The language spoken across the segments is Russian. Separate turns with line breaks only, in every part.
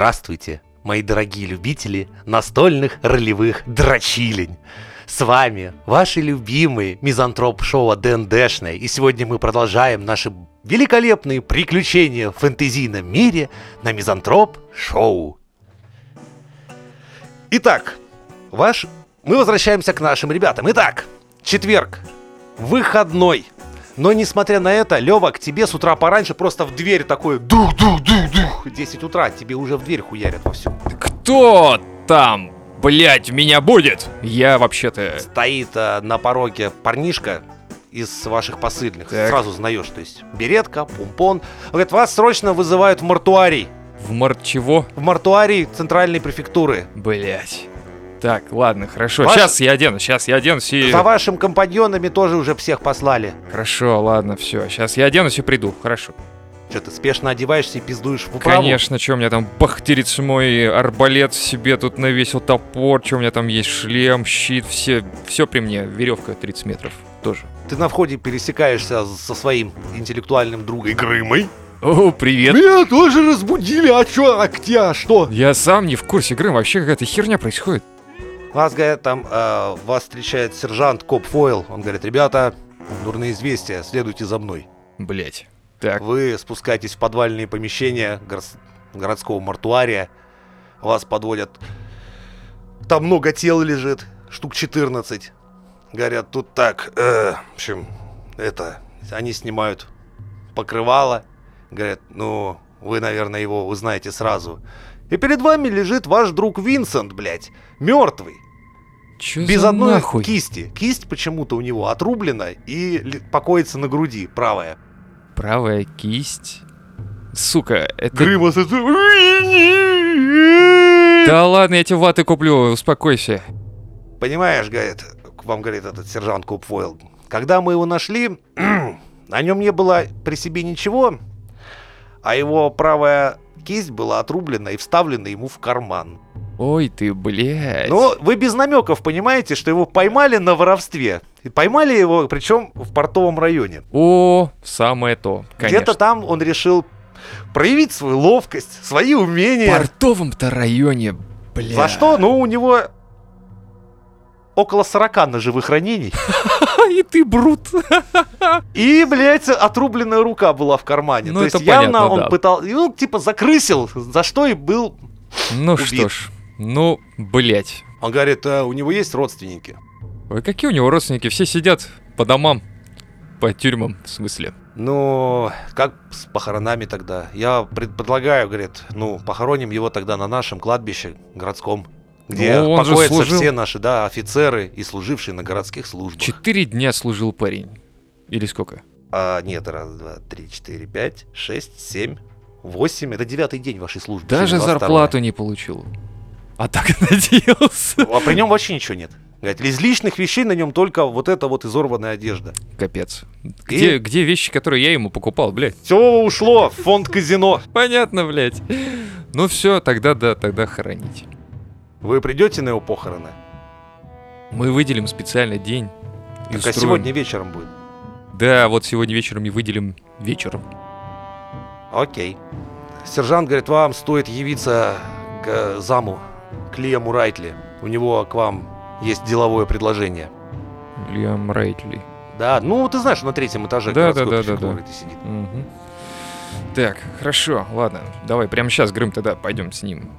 Здравствуйте, мои дорогие любители настольных ролевых дрочилень. С вами ваши любимые мизантроп шоу Дэн Дэшная. И сегодня мы продолжаем наши великолепные приключения в фэнтезийном мире на мизантроп шоу. Итак, ваш... мы возвращаемся к нашим ребятам. Итак, четверг, выходной. Но несмотря на это, Лева, к тебе с утра пораньше просто в дверь такой дух-дух-дух-дух. 10 утра тебе уже в дверь хуярят вовсю.
Кто там, блять, меня будет? Я вообще-то...
Стоит э, на пороге парнишка из ваших посыльных.
Так.
Сразу узнаешь, то есть беретка, пумпон. Он говорит, вас срочно вызывают в мартуарий.
В март чего?
В мартуарий центральной префектуры.
Блять. Так, ладно, хорошо.
Ваш-
Сейчас я оденусь, сейчас я оденусь и...
За вашим компаньонами тоже уже всех послали.
Хорошо, ладно, все. Сейчас я оденусь и приду, хорошо.
Что ты спешно одеваешься и пиздуешь в управу?
Конечно, что у меня там бахтерец мой, арбалет себе тут навесил, топор, что у меня там есть, шлем, щит, все, все при мне, веревка 30 метров тоже.
Ты на входе пересекаешься со своим интеллектуальным другом Грымой.
О, привет.
Меня тоже разбудили, а чё, а где, а что?
Я сам не в курсе игры, вообще какая-то херня происходит.
Вас, говорят, там, э, вас встречает сержант Коп Фойл. Он говорит, ребята, дурные известия, следуйте за мной.
Блять. Так,
Вы спускаетесь в подвальные помещения горс- городского мартуария. Вас подводят. Там много тел лежит, штук 14. Говорят, тут так, э, в общем, это, они снимают покрывало. Говорят, ну, вы, наверное, его узнаете сразу. И перед вами лежит ваш друг Винсент, блядь, мертвый.
чё
Без
Ну, за
одной
нахуй?
кисти. Кисть почему-то у него отрублена и ли- покоится на груди, правая.
Правая кисть. Сука, это...
Грымас,
Да ладно, я тебе ваты куплю, успокойся.
Понимаешь, говорит, вам говорит этот сержант Купфойл. Когда мы его нашли, на нем не было при себе ничего, а его правая кисть была отрублена и вставлена ему в карман.
Ой ты, блядь.
Но вы без намеков понимаете, что его поймали на воровстве. И поймали его, причем в портовом районе.
О, самое то, конечно.
Где-то там он решил проявить свою ловкость, свои умения.
В портовом-то районе, блядь.
За что? Ну, у него около 40 ножевых ранений.
И ты, брут.
И, блядь, отрубленная рука была в кармане.
Ну,
То
это
есть явно
понятно,
он
да.
пытал, и, ну, типа закрысил, за что и был.
Ну
Убит.
что ж, ну, блядь.
Он говорит, «А, у него есть родственники.
Ой, какие у него родственники? Все сидят по домам, по тюрьмам, в смысле.
Ну, как с похоронами тогда? Я пред- предлагаю, говорит, ну, похороним его тогда на нашем кладбище городском, где
Ну, он же
покоятся
служил.
все наши, да, офицеры и служившие на городских службах.
Четыре дня служил парень. Или сколько?
А, нет, раз, два, три, четыре, пять, шесть, семь, восемь. Это девятый день вашей службы.
Даже
сегодня 22.
зарплату не получил. А так надеялся.
А при нем вообще ничего нет. Говорит, из личных вещей на нем только вот эта вот изорванная одежда.
Капец. Где, где вещи, которые я ему покупал, блядь?
Все ушло в фонд казино.
Понятно, блядь. Ну все, тогда да, тогда хоронить.
Вы придете на его похороны?
Мы выделим специальный день.
Так
И
а
устроим.
сегодня вечером будет.
Да, вот сегодня вечером и выделим вечером.
Окей. Сержант говорит, вам стоит явиться к э, заму, к Лиаму Райтли. У него к вам есть деловое предложение.
Лиам Райтли.
Да, ну ты знаешь, на третьем этаже
Да,
городской
да, да, да,
префектуры
да.
ты сидит.
Мгм. Так, хорошо, ладно. Давай прямо сейчас, Грым, тогда пойдем с ним.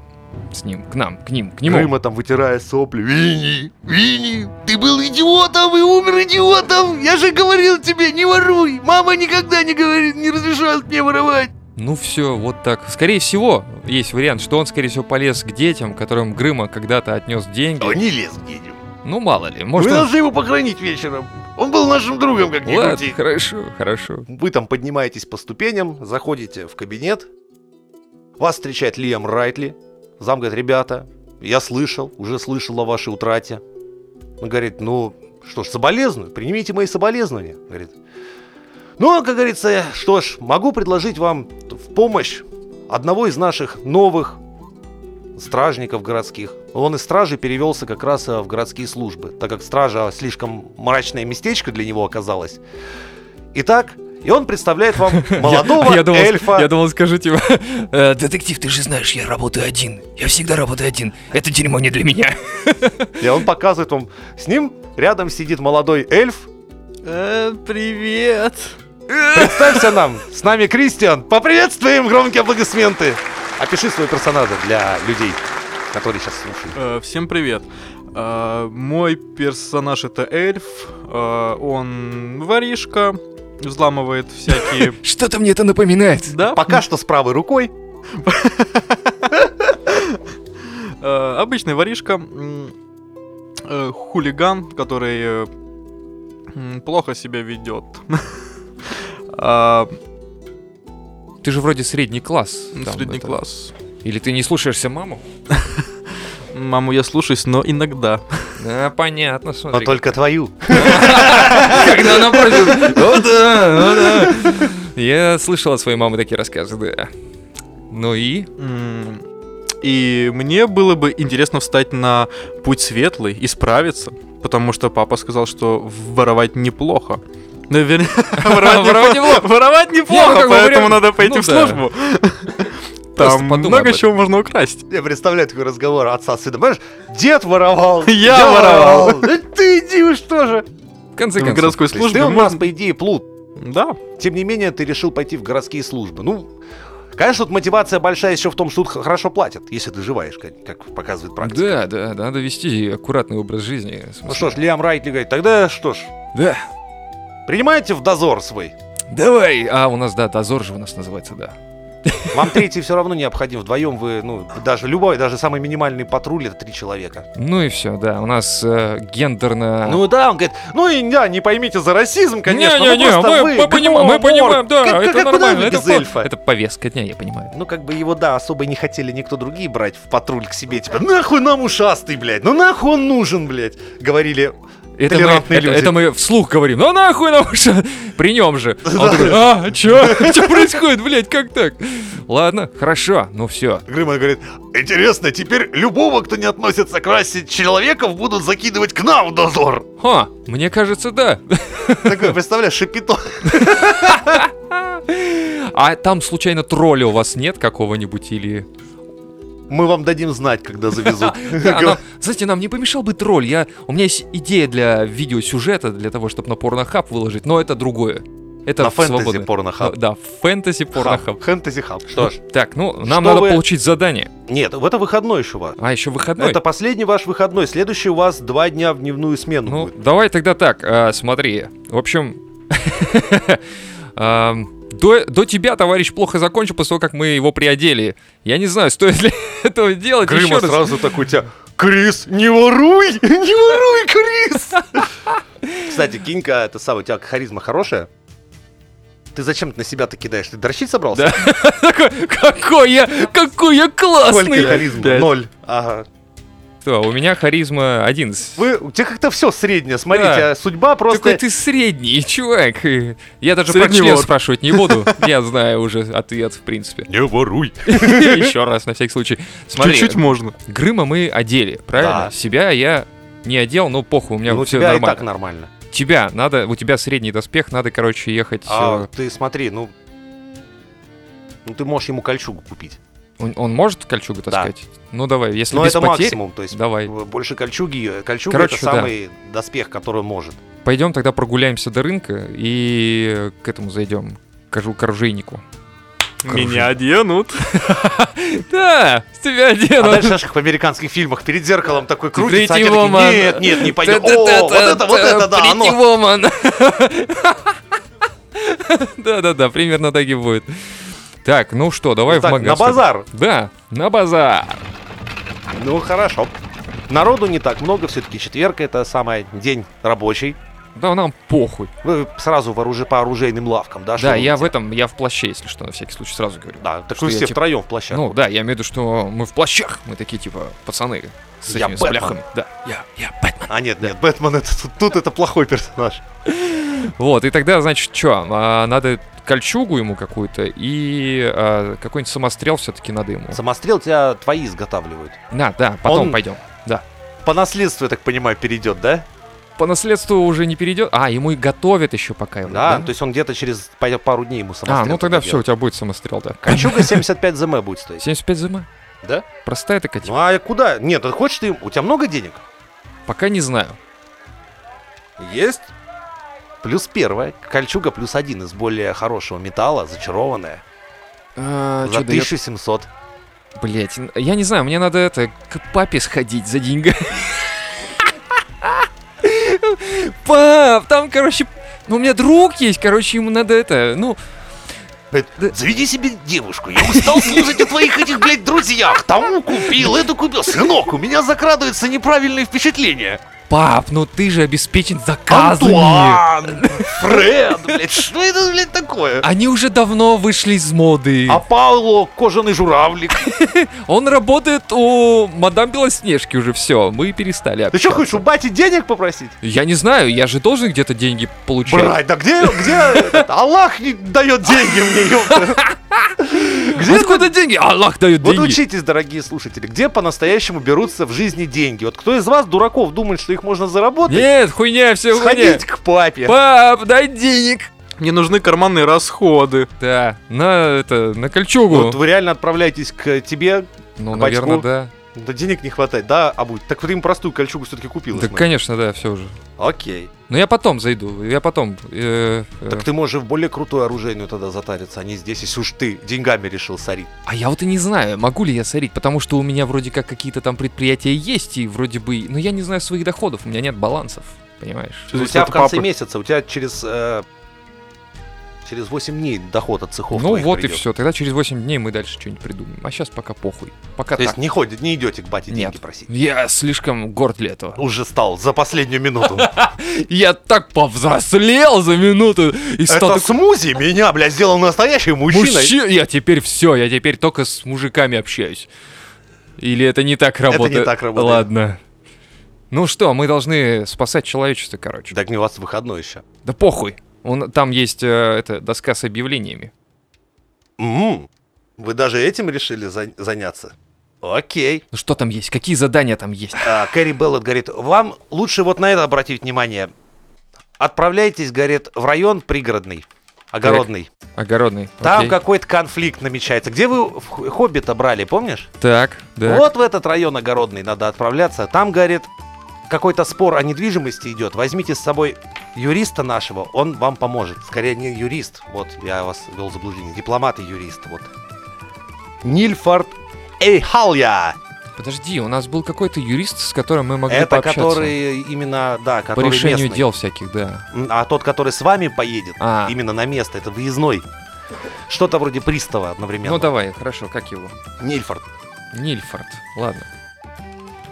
С ним, к нам, к ним, к нему.
Крыма там вытирая сопли. Винни, Винни, ты был идиотом и умер идиотом. Я же говорил тебе, не воруй. Мама никогда не говорит, не разрешает мне воровать.
Ну все, вот так. Скорее всего, есть вариант, что он, скорее всего, полез к детям, которым Грыма когда-то отнес деньги.
не лез к детям.
Ну мало ли,
Мы
может он...
должны его похоронить вечером. Он был нашим другом, как ни
Ладно,
крути.
хорошо, хорошо.
Вы там поднимаетесь по ступеням, заходите в кабинет. Вас встречает Лиам Райтли. Зам говорит, ребята, я слышал, уже слышал о вашей утрате. Он говорит, ну что ж, соболезную, примите мои соболезнования. Говорит, ну, как говорится, что ж, могу предложить вам в помощь одного из наших новых стражников городских. Он из стражи перевелся как раз э, в городские службы, так как стража слишком мрачное местечко для него оказалось. Итак, И он представляет вам молодого
я думал,
эльфа.
Я думал, скажите, «Э, детектив, ты же знаешь, я работаю один. Я всегда работаю один. Это дерьмо не для меня.
И он показывает вам. С ним рядом сидит молодой эльф.
Э, привет.
Представься нам. С нами Кристиан. Поприветствуем громкие аплодисменты. Опиши своего персонажа для людей, которые сейчас слушают.
Э, всем привет. Э, мой персонаж это эльф. Э, он воришка, взламывает всякие...
Что-то мне это напоминает.
Да?
Пока что с правой рукой.
Э, обычный воришка, м, э, хулиган, который э, м, плохо себя ведет. А,
Ты же вроде Ну, средний класс. там,
Средний
это.
класс.
Или ты не слушаешься маму?
Маму я слушаюсь, но иногда.
Да, понятно,
Но
смотри.
А только твою.
Когда она просит, «О да, о да». Я слышал от своей мамы такие рассказы, да. Ну и?
М, И мне было бы интересно встать на путь светлый и справиться, потому что папа сказал, что воровать неплохо. Ну, вернее,
Воровать
воровать неплохо, воровать
как
неплохо
бы
поэтому
вариант.
надо пойти
Ну
в
да.
службу.
Просто
Там
подумай об
много
этом.
чего можно украсть.
Я представляю такой разговор отца с сыном. Понимаешь, дед воровал.
Я воровал.
Да Ты иди уж тоже. ну,
В конце
В
концов.
городской
То есть
службе
ты у нас,
можно-
по идее, плут.
Да,
Тем не менее, ты решил пойти в городские службы. Ну, конечно, тут мотивация большая еще в том, что тут х- хорошо платят, если доживаешь, как, как показывает практика.
Да, да, да, надо вести аккуратный образ жизни. в
Ну
смысле.
что ж, Лиам Райтли говорит, тогда что ж,
Да,
принимайте в дозор свой.
давай. А, у нас, да, дозор же у нас называется, да.
Вам третий все равно необходим. Вдвоем вы, ну, даже любой, даже самый минимальный патруль это три человека.
Ну и все, да, у нас э, гендерно...
Ну да, он говорит, ну и да, не поймите за расизм, конечно. ну
Не-не-не,
просто
мы,
вы
мы понимаем, мы
гомоморф.
понимаем, да,
Как- как-
это
как а куда
нормально.
вы
Это,
без
по-
эльфа?
это повестка дня, я понимаю.
Ну, как бы его, да, особо и не хотели никто другие брать в патруль к себе. Типа, нахуй нам ушастый, блядь, ну нахуй он нужен, блядь, говорили
Это мы,
Толерантные
это-
люди.
это мы вслух говорим, ну нахуй нам уша- при нем же. А он такой, а, чё? Чё происходит, блядь, как так? Ладно, хорошо, ну все.
Грыман говорит, интересно, теперь любого, кто не относится к расе человеков, будут закидывать к нам в дозор.
Ха, мне кажется, да.
Такой, представляешь, шипито.
А там случайно тролля у вас нет какого-нибудь или...
Мы вам дадим знать, когда завезут.
Да, нам- знаете, нам не помешал бы тролль. Я, у меня есть идея для видеосюжета, для того, чтобы на порнохаб выложить, но это другое. Это
На
в
фэнтези
свободное.
порнохаб.
Ну, Да, фэнтези порнохаб.
Хэнтези хаб. Что ж.
Так, ну, нам
Что
надо
вы-
получить задание.
Нет, это выходной еще у вас.
А, еще выходной.
Это последний ваш выходной. Следующий у вас два дня в дневную смену
Ну,
будет.
давай тогда так, а, смотри. В общем, ам, до, до тебя товарищ плохо закончил после того, как мы его приодели. Я не знаю, стоит ли этого делать еще
Грыма
раз.
сразу такой тебя. Крис, не воруй! Не воруй, Крис! Кстати, Кинька, это самое, у тебя харизма хорошая. Ты зачем на себя-то кидаешь? Ты дрочить собрался?
Такой, Какой я, какой я
Сколько
классный!
харизма?
Пять.
Ноль. Ага.
Что, у меня харизма 11.
Вы, у тебя как-то все среднее, смотрите,
Да.
а судьба
Такой
просто...
ты средний, чувак. И Я даже про
Средний
член
вот.
спрашивать не буду. Я знаю уже ответ, в принципе.
Не воруй.
Еще раз, на всякий случай. Смотри,
чуть-чуть можно.
Грыма мы одели, правильно?
Да.
Себя я не одел, но похуй, у меня
у
все
тебя и так
нормально.
нормально.
Тебя надо, у тебя средний доспех, надо, короче, ехать.
А
э,
ты смотри, ну... Ну ты можешь ему кольчугу купить.
Он он может кольчугу таскать? Ну давай, если
Но
без
это
потерь,
максимум, то есть...
давай.
э, Больше кольчуги. э, Кольчуга
Короче,
это
да.
самый доспех, который он может.
Пойдем тогда прогуляемся до рынка и к этому зайдем. Кажу к оружейнику.
Меня оденут.
Да, с тебя
А
одену.
дальше, знаешь, как в американских фильмах перед зеркалом такой крутится, а те
Третьего
такие,
мана.
нет, нет, не пойдем. О,
Та-та-та-та,
вот это, вот это, да, оно.
третьего мана. Да-да-да, примерно так и будет. Так, ну что, давай в
Так, на
магазин.
базар.
Да, на базар.
Ну хорошо. Народу не так много, все-таки четверг это самый день рабочий.
Да нам похуй.
Вы сразу вооружи- по оружейным лавкам, да?
да,
шурудите?
я в этом, я в плаще, если что, на всякий случай сразу говорю.
Да, так
Что
вы
я,
все
типа,
втроем в плащах.
Ну да, я имею в виду, что мы в плащах. Мы такие типа пацаны с
Я
этими с
Бэтмен.
бляхами. Да, я, я Бэтмен.
а нет, нет, Бэтмен это тут, тут это плохой персонаж.
Вот, и тогда, значит, что, надо кольчугу ему какую-то и а, какой-нибудь самострел все-таки надо ему.
Самострел тебя твои изготавливают.
Да, да, потом
Он-
пойдем.
По наследству, я так понимаю, перейдет, да?
по наследству уже не перейдет. А, ему и готовят еще пока его.
Да, А, то есть он где-то через пай- пару дней ему
А,
самострел.
ну тогда все, у
придет. А
тебя будет самострел, да.
Кольчуга 75 ЗМ будет стоить.
75 зима.
Да?
Простая такая
Ну
типа.
а куда? Нет, а хочешь ты... У тебя много денег?
Пока не знаю.
Есть. Плюс первая. Кольчуга плюс один из более хорошего металла, зачарованная.
А,
за
чё даёт?
1700.
Блять, н- я не знаю, мне надо это к папе сходить за деньгами. Пап, там, короче, ну у меня друг есть, короче, ему надо это, ну,
Говорит,
Да.
Заведи себе девушку. Я устал слушать о твоих этих, блядь, друзьях. Тому купил, это купил. Сынок, у меня закрадывается неправильное впечатление.
пап, ну ты же обеспечен заказами.
Антуан, Фред, блядь, что это, блядь, такое?
Они уже давно вышли из моды.
А Пауло, кожаный журавлик.
Он работает у мадам Белоснежки уже все. Мы перестали.
Ты что,
общаться.
хочешь у бати денег попросить?
Я не знаю, я же должен где-то деньги получать.
Брать, да где, где этот? Аллах не дает деньги мне, ёпта. Где
А Откуда деньги? Аллах дает
Вот
деньги.
учитесь, дорогие слушатели, где по-настоящему берутся в жизни деньги? Вот кто из вас, дураков, думает, что их можно заработать?
Нет, хуйня, все хуйня.
Сходите к папе.
Пап, дай денег.
Мне нужны карманные расходы.
Да, на это, на кольчугу.
Вот вы реально отправляетесь к тебе,
ну,
к
наверное,
батьку.
да.
да денег не хватает, да, обуть? Так ты им простую кольчугу все-таки купил.
Да, конечно, да, все уже.
Окей.
Но я потом зайду, я потом. э, э.
Так ты можешь в более крутую оружейную тогда затариться, а не здесь, если уж ты деньгами решил сорить.
А я вот и не знаю, могу ли я сорить, потому что у меня вроде как какие-то там предприятия есть, и вроде бы... Но я не знаю своих доходов, у меня нет балансов, понимаешь?
У
Здесь
тебя
вот
в конце
папы.
месяца, у тебя через... э, Через 8 дней доход от цехов
ну
твоих
вот и
придет.
все, тогда через 8 дней мы дальше что-нибудь придумаем. А сейчас пока похуй. Пока
То есть
так.
не, ходит, не идете к бате деньги
Нет.
просить?
Я слишком горд для этого.
Уже стал за последнюю минуту.
Я так повзрослел за минуту и стал
Это
такой
смузи меня, бля, сделал настоящий мужчина.
мужчина. Я теперь все, я теперь только с мужиками общаюсь. Или это не так
не
работает?
так работает.
Ладно. Ну что, мы должны спасать человечество, короче.
Так не у вас выходной еще.
Да похуй. Он, там есть э, это, доска с объявлениями.
М, М-м. Вы даже этим решили за- заняться? Окей.
Ну что там есть? Какие задания там есть?
А, Кэрри Беллот говорит, вам лучше вот на это обратить внимание. Отправляйтесь, говорит, в район пригородный, огородный.
Огородный.
Там
окей.
какой-то конфликт намечается. Где вы в Х- Хоббита брали, помнишь?
Так, да.
Вот в этот район огородный надо отправляться. Там, говорит, какой-то спор о недвижимости идет. Возьмите с собой юриста нашего, он вам поможет. Скорее, не юрист. Вот, я вас вел в заблуждение. Дипломат и юрист, вот. Нильфорд Эйхалья.
Подожди, у нас был какой-то юрист, с которым мы могли
Это
пообщаться.
который именно, да,
По
который
решению
местный.
дел всяких, да.
М, А тот, который с вами поедет,
А.
именно на место, это выездной. Что-то вроде пристава одновременно.
Ну давай, хорошо, как его?
Нильфорд.
Нильфорд, ладно.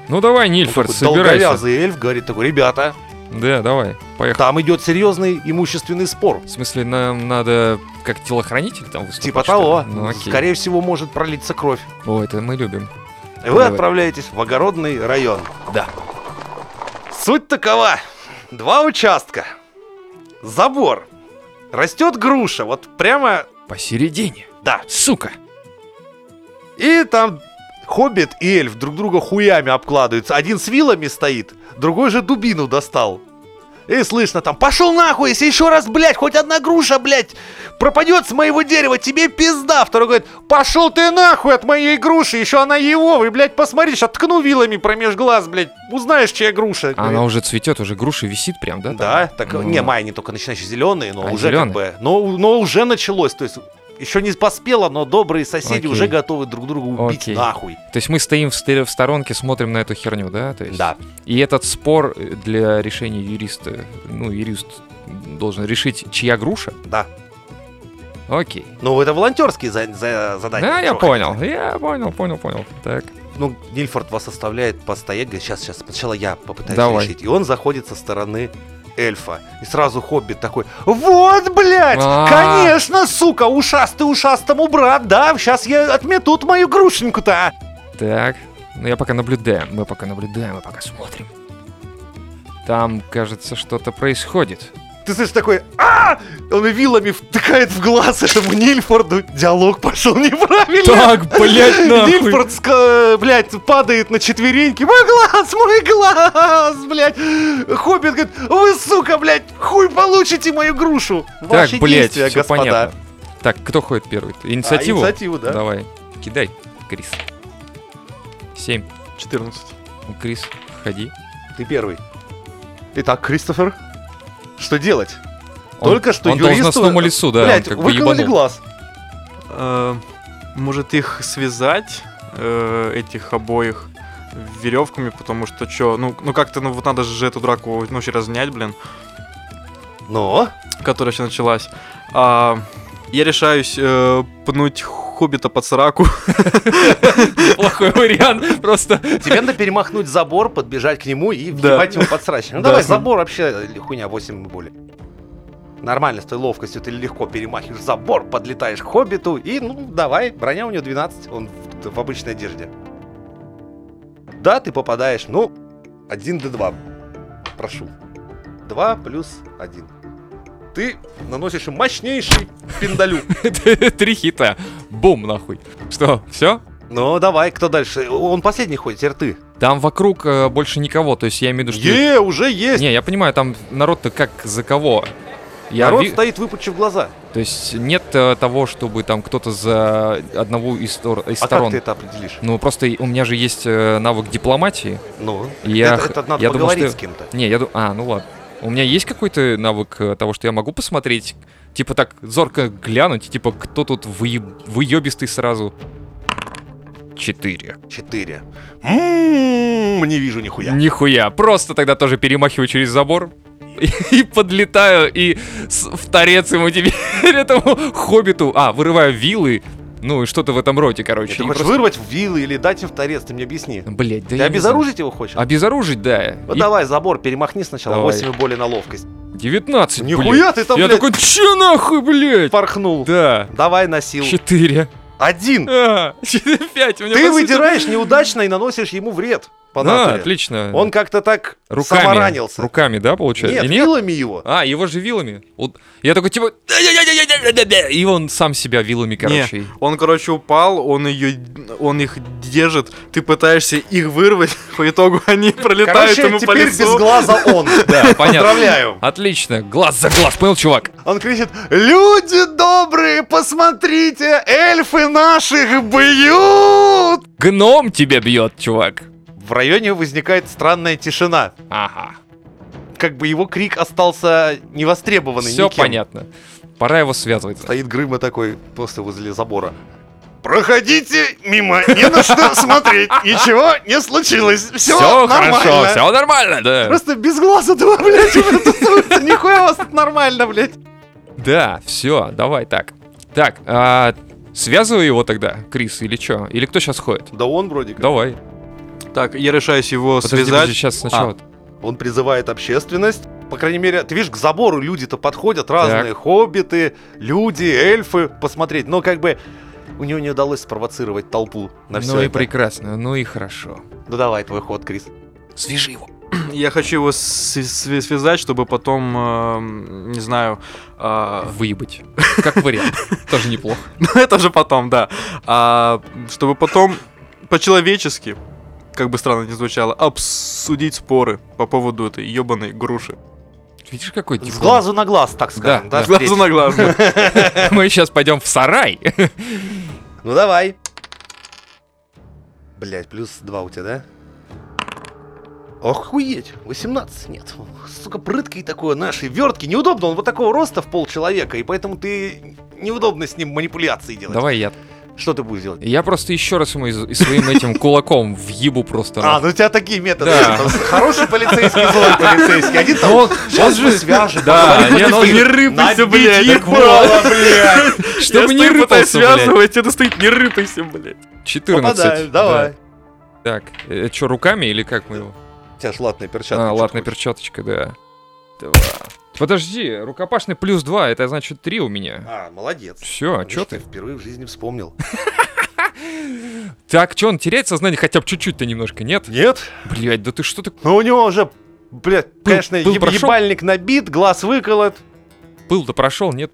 Ну давай, Нильфорд,
Такой
собирайся.
Долговязый эльф говорит такой, ребята,
Да, давай, поехали.
там идет серьезный имущественный спор.
В смысле, нам надо как телохранитель там выступать?
Типа
что
того.
ли? Ну, окей.
Скорее всего, может пролиться кровь.
О, это мы любим.
Вы
Давай.
отправляетесь в огородный район.
Да.
Суть такова. Два участка. Забор. Растет груша. Вот прямо...
Посередине.
Да.
Сука.
И там хоббит и эльф друг друга хуями обкладываются. Один с вилами стоит, другой же дубину достал. И слышно там, пошел нахуй, если еще раз, блядь, хоть одна груша, блядь, пропадет с моего дерева, тебе пизда. Второй говорит, пошел ты нахуй от моей груши, еще она его, вы, блядь, посмотри, сейчас ткну вилами промеж глаз, блядь, узнаешь, чья груша.
А Она уже цветет, уже груша висит прям, да? там?
Да, так,
Ну,
не, майя не только начинаешь зеленые, но
А,
уже
зелёные?
как бы, но, но уже началось, то есть еще не поспело, но добрые соседи
Окей.
уже готовы друг друга убить
Окей.
нахуй.
То есть мы стоим в, сте- в сторонке, смотрим на эту херню, да? То есть...
Да.
И этот спор э, для решения юриста, ну, юрист должен решить, чья груша.
Да.
Окей.
Ну, это волонтерские за- за- задания.
да, я
чё
понял, я понял, понял, поел. Так.
хотите. Ну, Нильфорд вас оставляет постоять, говорит, сейчас, сейчас, сначала я попытаюсь
Давай.
решить. И он заходит со стороны эльфа. И сразу Хоббит такой, вот, блядь,
А.
конечно, сука, ушастый ушастому брат, да, сейчас я отметут мою грушеньку-то. а».
Так, ну я пока наблюдаю, мы пока наблюдаем, мы пока смотрим. Там, кажется, что-то происходит.
ты слышишь такой, а Он и вилами втыкает в глаз этому Нильфорду. Диалог пошел неправильно.
Так, блядь, нахуй.
Нильфорд, ска- э, блядь, падает на четвереньки. Мой глаз, мой глаз, блядь. Хоббит говорит, вы, сука, блядь, хуй получите мою грушу.
Так,
Ваши
блядь,
действия,
все
господа.
понятно. Так, кто ходит первый? Ты Инициативу?
А, инициативу, да.
Давай, кидай, Крис. Семь. Ну,
14.
Крис, ходи.
Ты первый. Итак, Кристофер, что делать?
Он-
Только что
он
юристу-
должностному лицу, Ну да,
блядь,
он как бы
выкололи
ебанул.
глаз.
Э, Может их связать, э, этих обоих, веревками, потому что чё, ну, ну как-то, ну вот надо же эту драку ночью разнять, блин,
Но,
которая все началась. А, я решаюсь э, пнуть хоббита под сраку.
Плохой вариант, просто...
тебе надо перемахнуть забор, подбежать к нему и
Да.
въебать ему под срач. Ну
Да.
давай, забор вообще э, хуйня, 8 и более. Нормально, с той ловкостью ты легко перемахиваешь забор, подлетаешь к хоббиту и, ну, давай, броня у него 12, он в, в обычной одежде. Да, ты попадаешь, ну, 1 d2, прошу. 2 плюс 1. Ты наносишь им мощнейший пиндалю.
Три хита. Бум, нахуй. Что, все?
Ну, давай, кто дальше? Он последний ходит, теперь ты.
Там вокруг э, больше никого, то есть я имею в виду, Ну что...
Е, уже есть!
Не, я понимаю, там народ-то как за кого? Я
Народ
ви-
стоит, выпучив глаза.
То есть нет э, того, чтобы там кто-то за одного из, стор- из
а как
сторон.
ты это определишь?
Ну просто и- у меня же есть э, навык дипломатии.
Ну,
Я
это,
х-
это надо
я думал,
поговорить
что-
с кем-то.
Не, я думаю, а, ну ладно. У меня есть какой-то навык э, того, что я могу посмотреть, типа так зорко глянуть, типа кто тут выеб- выебистый сразу. Четыре.
Четыре. М, Не вижу
М-м,
нихуя.
Нихуя. Просто тогда тоже перемахиваю через забор. И подлетаю, и с- в торец ему теперь, этому хоббиту. А, вырываю виллы. Ну и что-то в этом роде, короче.
Ты
И
хочешь
просто-
вырвать вилы или дать им в торец, ты мне объясни.
Блять, да
Ты
я не знаю.
обезоружить его хочешь?
Обезоружить, да.
Вот
И
давай, забор, перемахни сначала,
Давай.
8 и более на ловкость.
19, блядь.
Нихуя ты там,
Я
блядь,
такой, че нахуй, блядь?
порхнул.
Да.
Давай на силу.
Четыре.
Один.
А, четыре, Пять. У меня
Ты
просто- «М-м».
выдираешь неудачно и наносишь ему вред. По
Да,
натуре.
отлично.
Он как-то так
руками.
саморанился.
Руками, да, получается?
Нет,
И
вилами его.
А, его же вилами. Вот. Я такой, типа... И он сам себя вилами, короче.
Не, он, короче, упал, он ее, он их держит, ты пытаешься их вырвать, по итогу они пролетают
Короче,
ему по
теперь без
лицу.
глаза он.
Да, понятно.
Поздравляю.
Отлично. Глаз за глаз, понял, чувак?
Он кричит, люди добрые, посмотрите, эльфы наших бьют!
Гном тебя бьет, чувак.
В районе возникает странная тишина.
Ага.
Как бы его крик остался невостребованный
Все
никем.
понятно. Пора его связывать.
Стоит Грыма такой, просто возле забора. Проходите мимо, не на что смотреть, ничего не случилось, все,
Всё
нормально.
хорошо, все нормально, да.
Просто без глаза два, блядь, уже тусуются, нихуя у вас тут нормально, блядь.
Да, все, давай так. Так, а, связывай его тогда, Крис, или что? Или кто сейчас ходит?
Да он вроде как.
Давай.
Так, я решаюсь его
Подожди,
связать.
А,
сейчас сначала.
Он призывает общественность. По крайней мере, ты видишь, к забору люди-то подходят, разные хоббиты, люди, эльфы, посмотреть. Но как бы у него не удалось спровоцировать толпу на все
ну и
это.
прекрасно, ну и хорошо.
Ну давай, твой ход, Крис.
Свяжи его.
Я хочу его св- св- связать, чтобы потом, эм, не знаю, а,
Выебать. Как вариант. Тоже неплохо.
ну, это же потом, да, А, чтобы потом по-человечески, как бы странно не звучало, обсудить споры по поводу этой ебаной груши.
Видишь, какой
С
диплом?
глазу на глаз, так скажем.
Да,
да,
С глазу
встреть.
на глаз. да.
Мы сейчас пойдем в сарай.
Ну давай. Блять, плюс два у тебя, да? Охуеть, 18, нет. Сука, прыткий такой наши вертки. Неудобно, он вот такого роста в пол человека, и поэтому ты неудобно с ним манипуляции делать.
Давай я.
Что ты будешь делать?
Я просто еще раз ему из- и своим этим кулаком въебу просто.
А, ну у тебя такие методы.
Да. Ну,
Там Хороший полицейский, злой полицейский. Один там, он, же свяжет.
Да,
поговорит,
нет,
вот
он
и
же-
рыпайся,
набить
блядь,
их
так
было, блядь.
Чтобы
Я
не
стою, пытаюсь
рыпался, блядь.
связывать, это стоит, не рыпайся, блядь.
14.
Попадаю,
да.
давай.
Так, э, что, руками или как мы его?
У тебя ж латная перчатка.
А,
чё
ладно,
ты хочешь?
перчаточка, да. Два. Подожди, рукопашный плюс 2, это значит 3 у меня.
А, молодец.
Все, а
Видишь,
чё ты?
Впервые в жизни вспомнил.
Так, что, он теряет сознание хотя бы чуть-чуть-то немножко, нет?
Нет,
Блять, да ты что ты...
но Ну, у него уже блядь, конечно,
пыл
еб-
прошел?
ебальник набит, глаз выколот.
Пыл-то прошел, нет?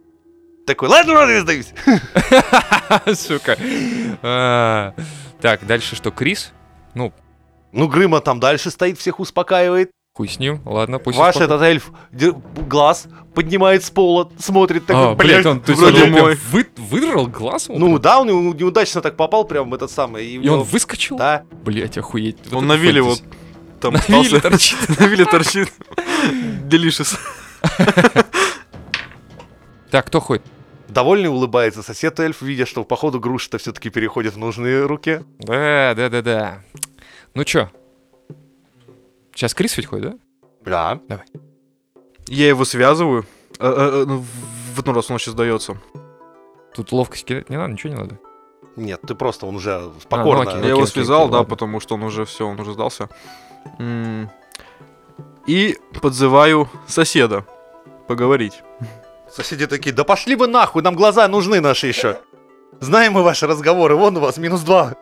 Такой, ладно, ладно, я сдаюсь.
Сука. А, Так, дальше что, Крис?
Ну, Грыма там дальше стоит, всех успокаивает.
Хуй с ним, ладно, пусть...
Ваш
успоко-
этот эльф дер- глаз поднимает с пола, смотрит такой,
А, блядь, он, то есть он
вроде
его прям
мой.
вы- выдрал глаз? ему
Ну
прям?
да, он ему неудачно так попал прям в этот самый.
И он
его-
выскочил?
Да.
Блять, охуеть. Вот
Он
это
на виле вот
фэнтези.
там
На виле
остался.
торчит.
На виле торчит. Делишес.
Так, кто ходит?
Довольный улыбается сосед эльф, видя, что походу груша-то все-таки переходит в нужные руки.
Да, да, да, да. Ну чё? Сейчас Крис ведь ходит, да?
Да.
Я его связываю. Э, э, э, ну, В одну раз он сейчас сдается.
Тут ловкость кидать не надо, ничего не надо.
Нет, ты просто, он уже покорно.
окей,
А, Я его
окей,
связал,
окей,
да,
ладно.
потому что он уже все, он уже сдался. М, И подзываю соседа поговорить.
Соседи такие, да пошли вы нахуй, нам глаза нужны наши еще. Знаем мы ваши разговоры, вон у вас минус два.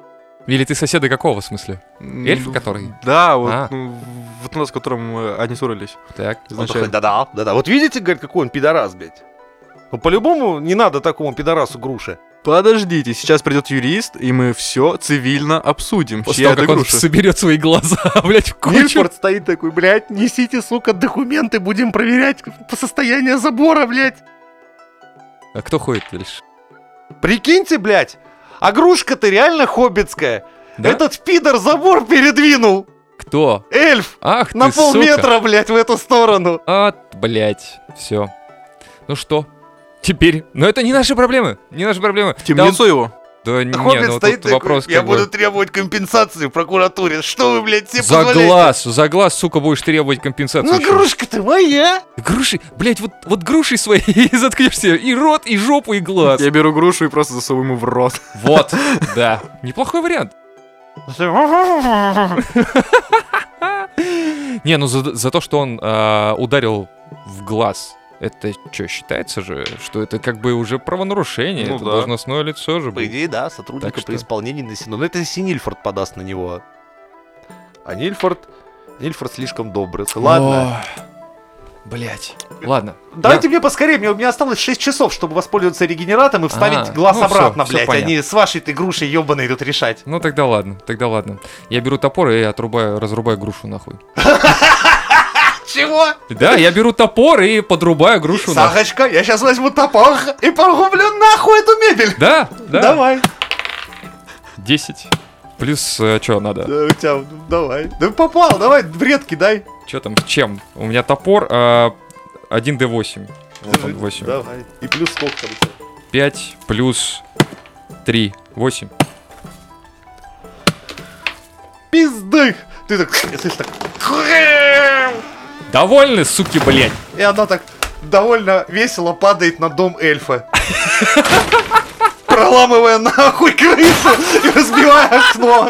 Или ты соседа какого, в смысле?
М,
Эльф, который?
Да, вот,
А.
ну, в одну раз, с которым э, они ссорились.
Так.
Он
изначально.
такой, да-да, да-да. Вот видите, говорит, какой он пидорас, блядь. Ну, по-любому, не надо такому пидорасу груши.
Подождите, сейчас придет юрист, и мы все цивильно обсудим.
После того,
чья
как
это
он
груша.
соберет свои глаза, блять, в кучу.
Нильфорд стоит такой, блядь, несите, сука, документы, будем проверять по состоянию забора, блядь.
А кто ходит дальше?
Прикиньте, блядь, а грушка-то реально хоббитская.
Да?
Этот пидор забор передвинул.
Кто?
Эльф
Ах
на
ты, сука.
полметра, блядь, в эту сторону.
От, блять, все. Ну что? Теперь. Но это не наши проблемы. Не наши проблемы.
В темницу его.
Там- Да не,
Хоббит
ну
стоит
тут
такой,
вопрос
я
как бы-
буду требовать компенсацию в прокуратуре. Что вы, блядь, все
За
позволяете?
глаз, за глаз, сука, будешь требовать компенсацию.
Ну,
еще.
грушка-то моя.
Груши, блять, вот, вот груши свои и заткнешь себе и рот, и жопу, и глаз.
Я беру грушу и просто засовываю ему в рот.
Вот, да. Неплохой вариант. Не, ну за, за то, что он а, ударил в глаз, это что, считается же, что это как бы уже правонарушение,
Ну
это
да.
должностное лицо же
По
будет.
идее, да, сотрудника
Так что?
при исполнении нанесено. Но это если Нильфорд подаст на него. А Нильфорд... Нильфорд слишком добрый. Ладно.
Блять. Ладно.
Давайте мне поскорее, мне, у меня осталось 6 часов, чтобы воспользоваться регенератом и вставить
А,
глаз
ну всё,
обратно,
всё
блядь, а
понятно.
не с вашей ты грушей ебаной тут решать.
Ну тогда ладно, тогда ладно. Я беру топор и отрубаю, разрубаю грушу нахуй.
Чего?
Да, я беру топор и подрубаю грушу нахуй.
Сахочка, я сейчас возьму топор и порублю нахуй эту мебель.
Да, да.
Давай.
10. Плюс, что надо?
Да, у тебя, ну, давай. Да попал, давай, бред кидай.
Че там, с чем? У меня топор а, 1d8. Вот он, 8.
Давай. И плюс сколько там у тебя?
5 плюс 3. 8.
Пиздых! Ты так, слышишь, так...
Довольны, суки, блять.
И она так довольно весело падает на дом эльфа. Проламывая нахуй крышу и разбивая окно.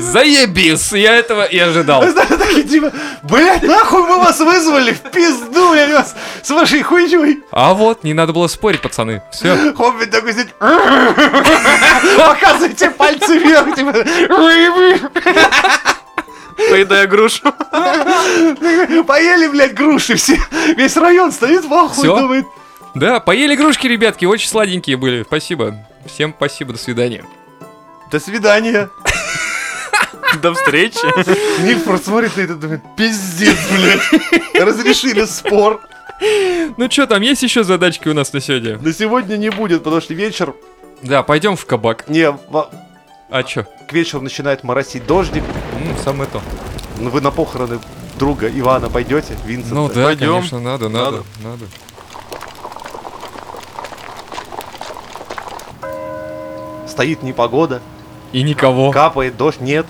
Заебись, я этого и ожидал.
Знаешь, такие типа, блядь, нахуй мы вас вызвали, в пизду я вас с вашей хуйней.
А вот, не надо было спорить, пацаны. Все.
Хоббит такой сидит, показывайте пальцы вверх, типа,
Поедаю грушу.
поели, блядь, груши все. Весь район стоит в ахуе,
Всё?
думает,
Да, поели игрушки, ребятки, очень сладенькие были. Спасибо. Всем спасибо, до свидания.
до свидания.
До встречи.
Нильфорд смотрит на это, думает, пиздец, блядь, разрешили спор.
Ну что, там есть еще задачки у нас на сегодня?
На сегодня не будет, потому что вечер...
Да, пойдем в кабак.
Не, во-
А чё?
к вечеру начинает моросить дождик.
М, самое то.
Ну, Вы на похороны друга Ивана пойдете, Винсента?
Ну да,
Пойдём.
конечно, надо, надо,
Надо.
надо.
Стоит непогода,
И никого.
капает дождь, нет.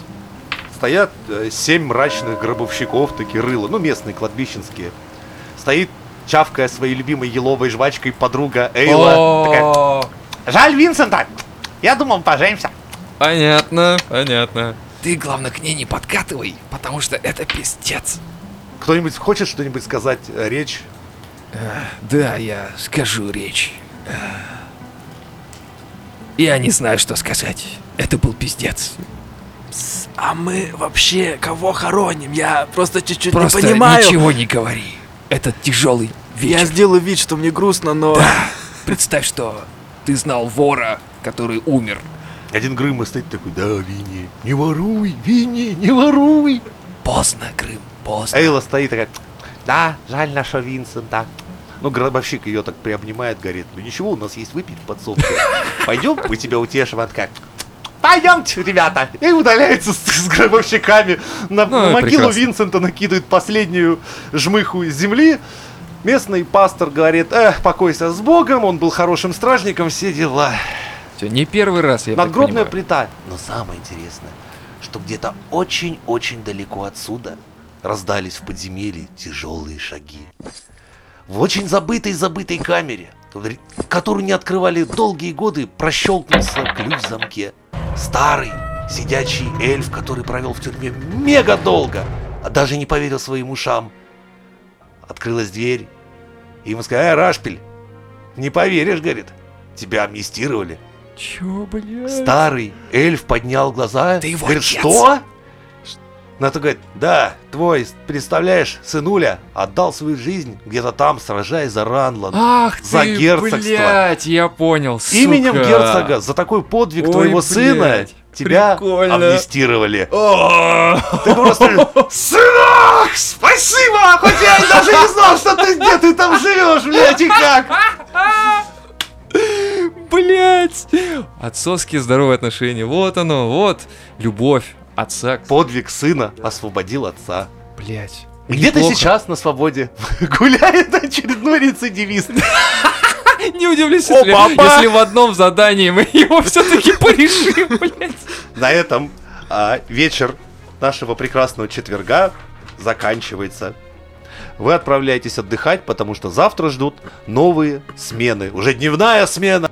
Стоят э, семь мрачных гробовщиков, такие рыла, ну местные, кладбищенские. Стоит чавкая своей любимой еловой жвачкой подруга Эйла. Такая,
О,
Жаль Винсента! Я думал, поженимся.
Понятно, понятно.
Ты, главное, к ней не подкатывай, потому что это пиздец.
Кто-нибудь хочет что-нибудь сказать, э, речь?
Да, я скажу речь. Э. Я не знаю, что сказать. Это был пиздец. Пс, а.
а мы вообще кого хороним? Я просто чуть-чуть
Просто
не понимаю.
ничего не говори. Этот тяжелый вечер.
Я сделаю вид, что мне грустно, но...
Представь, что ты знал вора, который умер.
Один Грым стоит такой, да, Винни, не воруй, Винни, не воруй.
Поздно, Крым, поздно.
Эйла стоит такая, да, жаль нашего Винсента. Ну, гробовщик ее так приобнимает, говорит, ну ничего, у нас есть выпить в подсобке. Пойдем, мы тебя утешим, а как? Пойдемте, ребята! И удаляется с, с гробовщиками. На,
Ну,
на
и
могилу
прекрасно.
Винсента накидывает последнюю жмыху из земли. Местный пастор говорит, эх, покойся с Богом, он был хорошим стражником, все дела.
Всё, Не первый раз, я так
Надгробная
понимаю.
плита. Но самое интересное, что где-то очень-очень далеко отсюда раздались в подземелье тяжелые шаги. В очень забытой-забытой камере, которую не открывали долгие годы, прощелкнулся ключ в замке. Старый сидячий эльф, который провел в тюрьме мега долго, а даже не поверил своим ушам. Открылась дверь, и ему сказали, «Э, Рашпиль, не поверишь, говорит, тебя амнистировали.
Чё, блядь?
Старый эльф поднял глаза.
Ты его
говорит,
отец.
что? Нато говорит, да, твой, представляешь, сынуля отдал свою жизнь где-то там, сражаясь за Ранланд.
Ах ты,
За герцогство.
блядь, я понял,
Именем
сука.
герцога за такой подвиг
Ой,
твоего
блядь,
сына тебя
прикольно.
амнистировали.
О,
Ты просто сынок, спасибо! Хоть я и даже не знал, что ты где ты там живешь, блядь, и как.
Блядь! Отцовские здоровые отношения, вот оно, вот. Любовь отца. к-
Подвиг сына освободил отца.
Блядь.
И Где ты
Неплохо.
сейчас на свободе? Гуляет очередной рецидивист.
Не удивлюсь,
О,
если,
папа!
если в одном задании мы его все-таки порешим, блядь.
На этом а, вечер нашего прекрасного четверга заканчивается. Вы отправляетесь отдыхать, потому что завтра ждут новые смены. Уже дневная смена.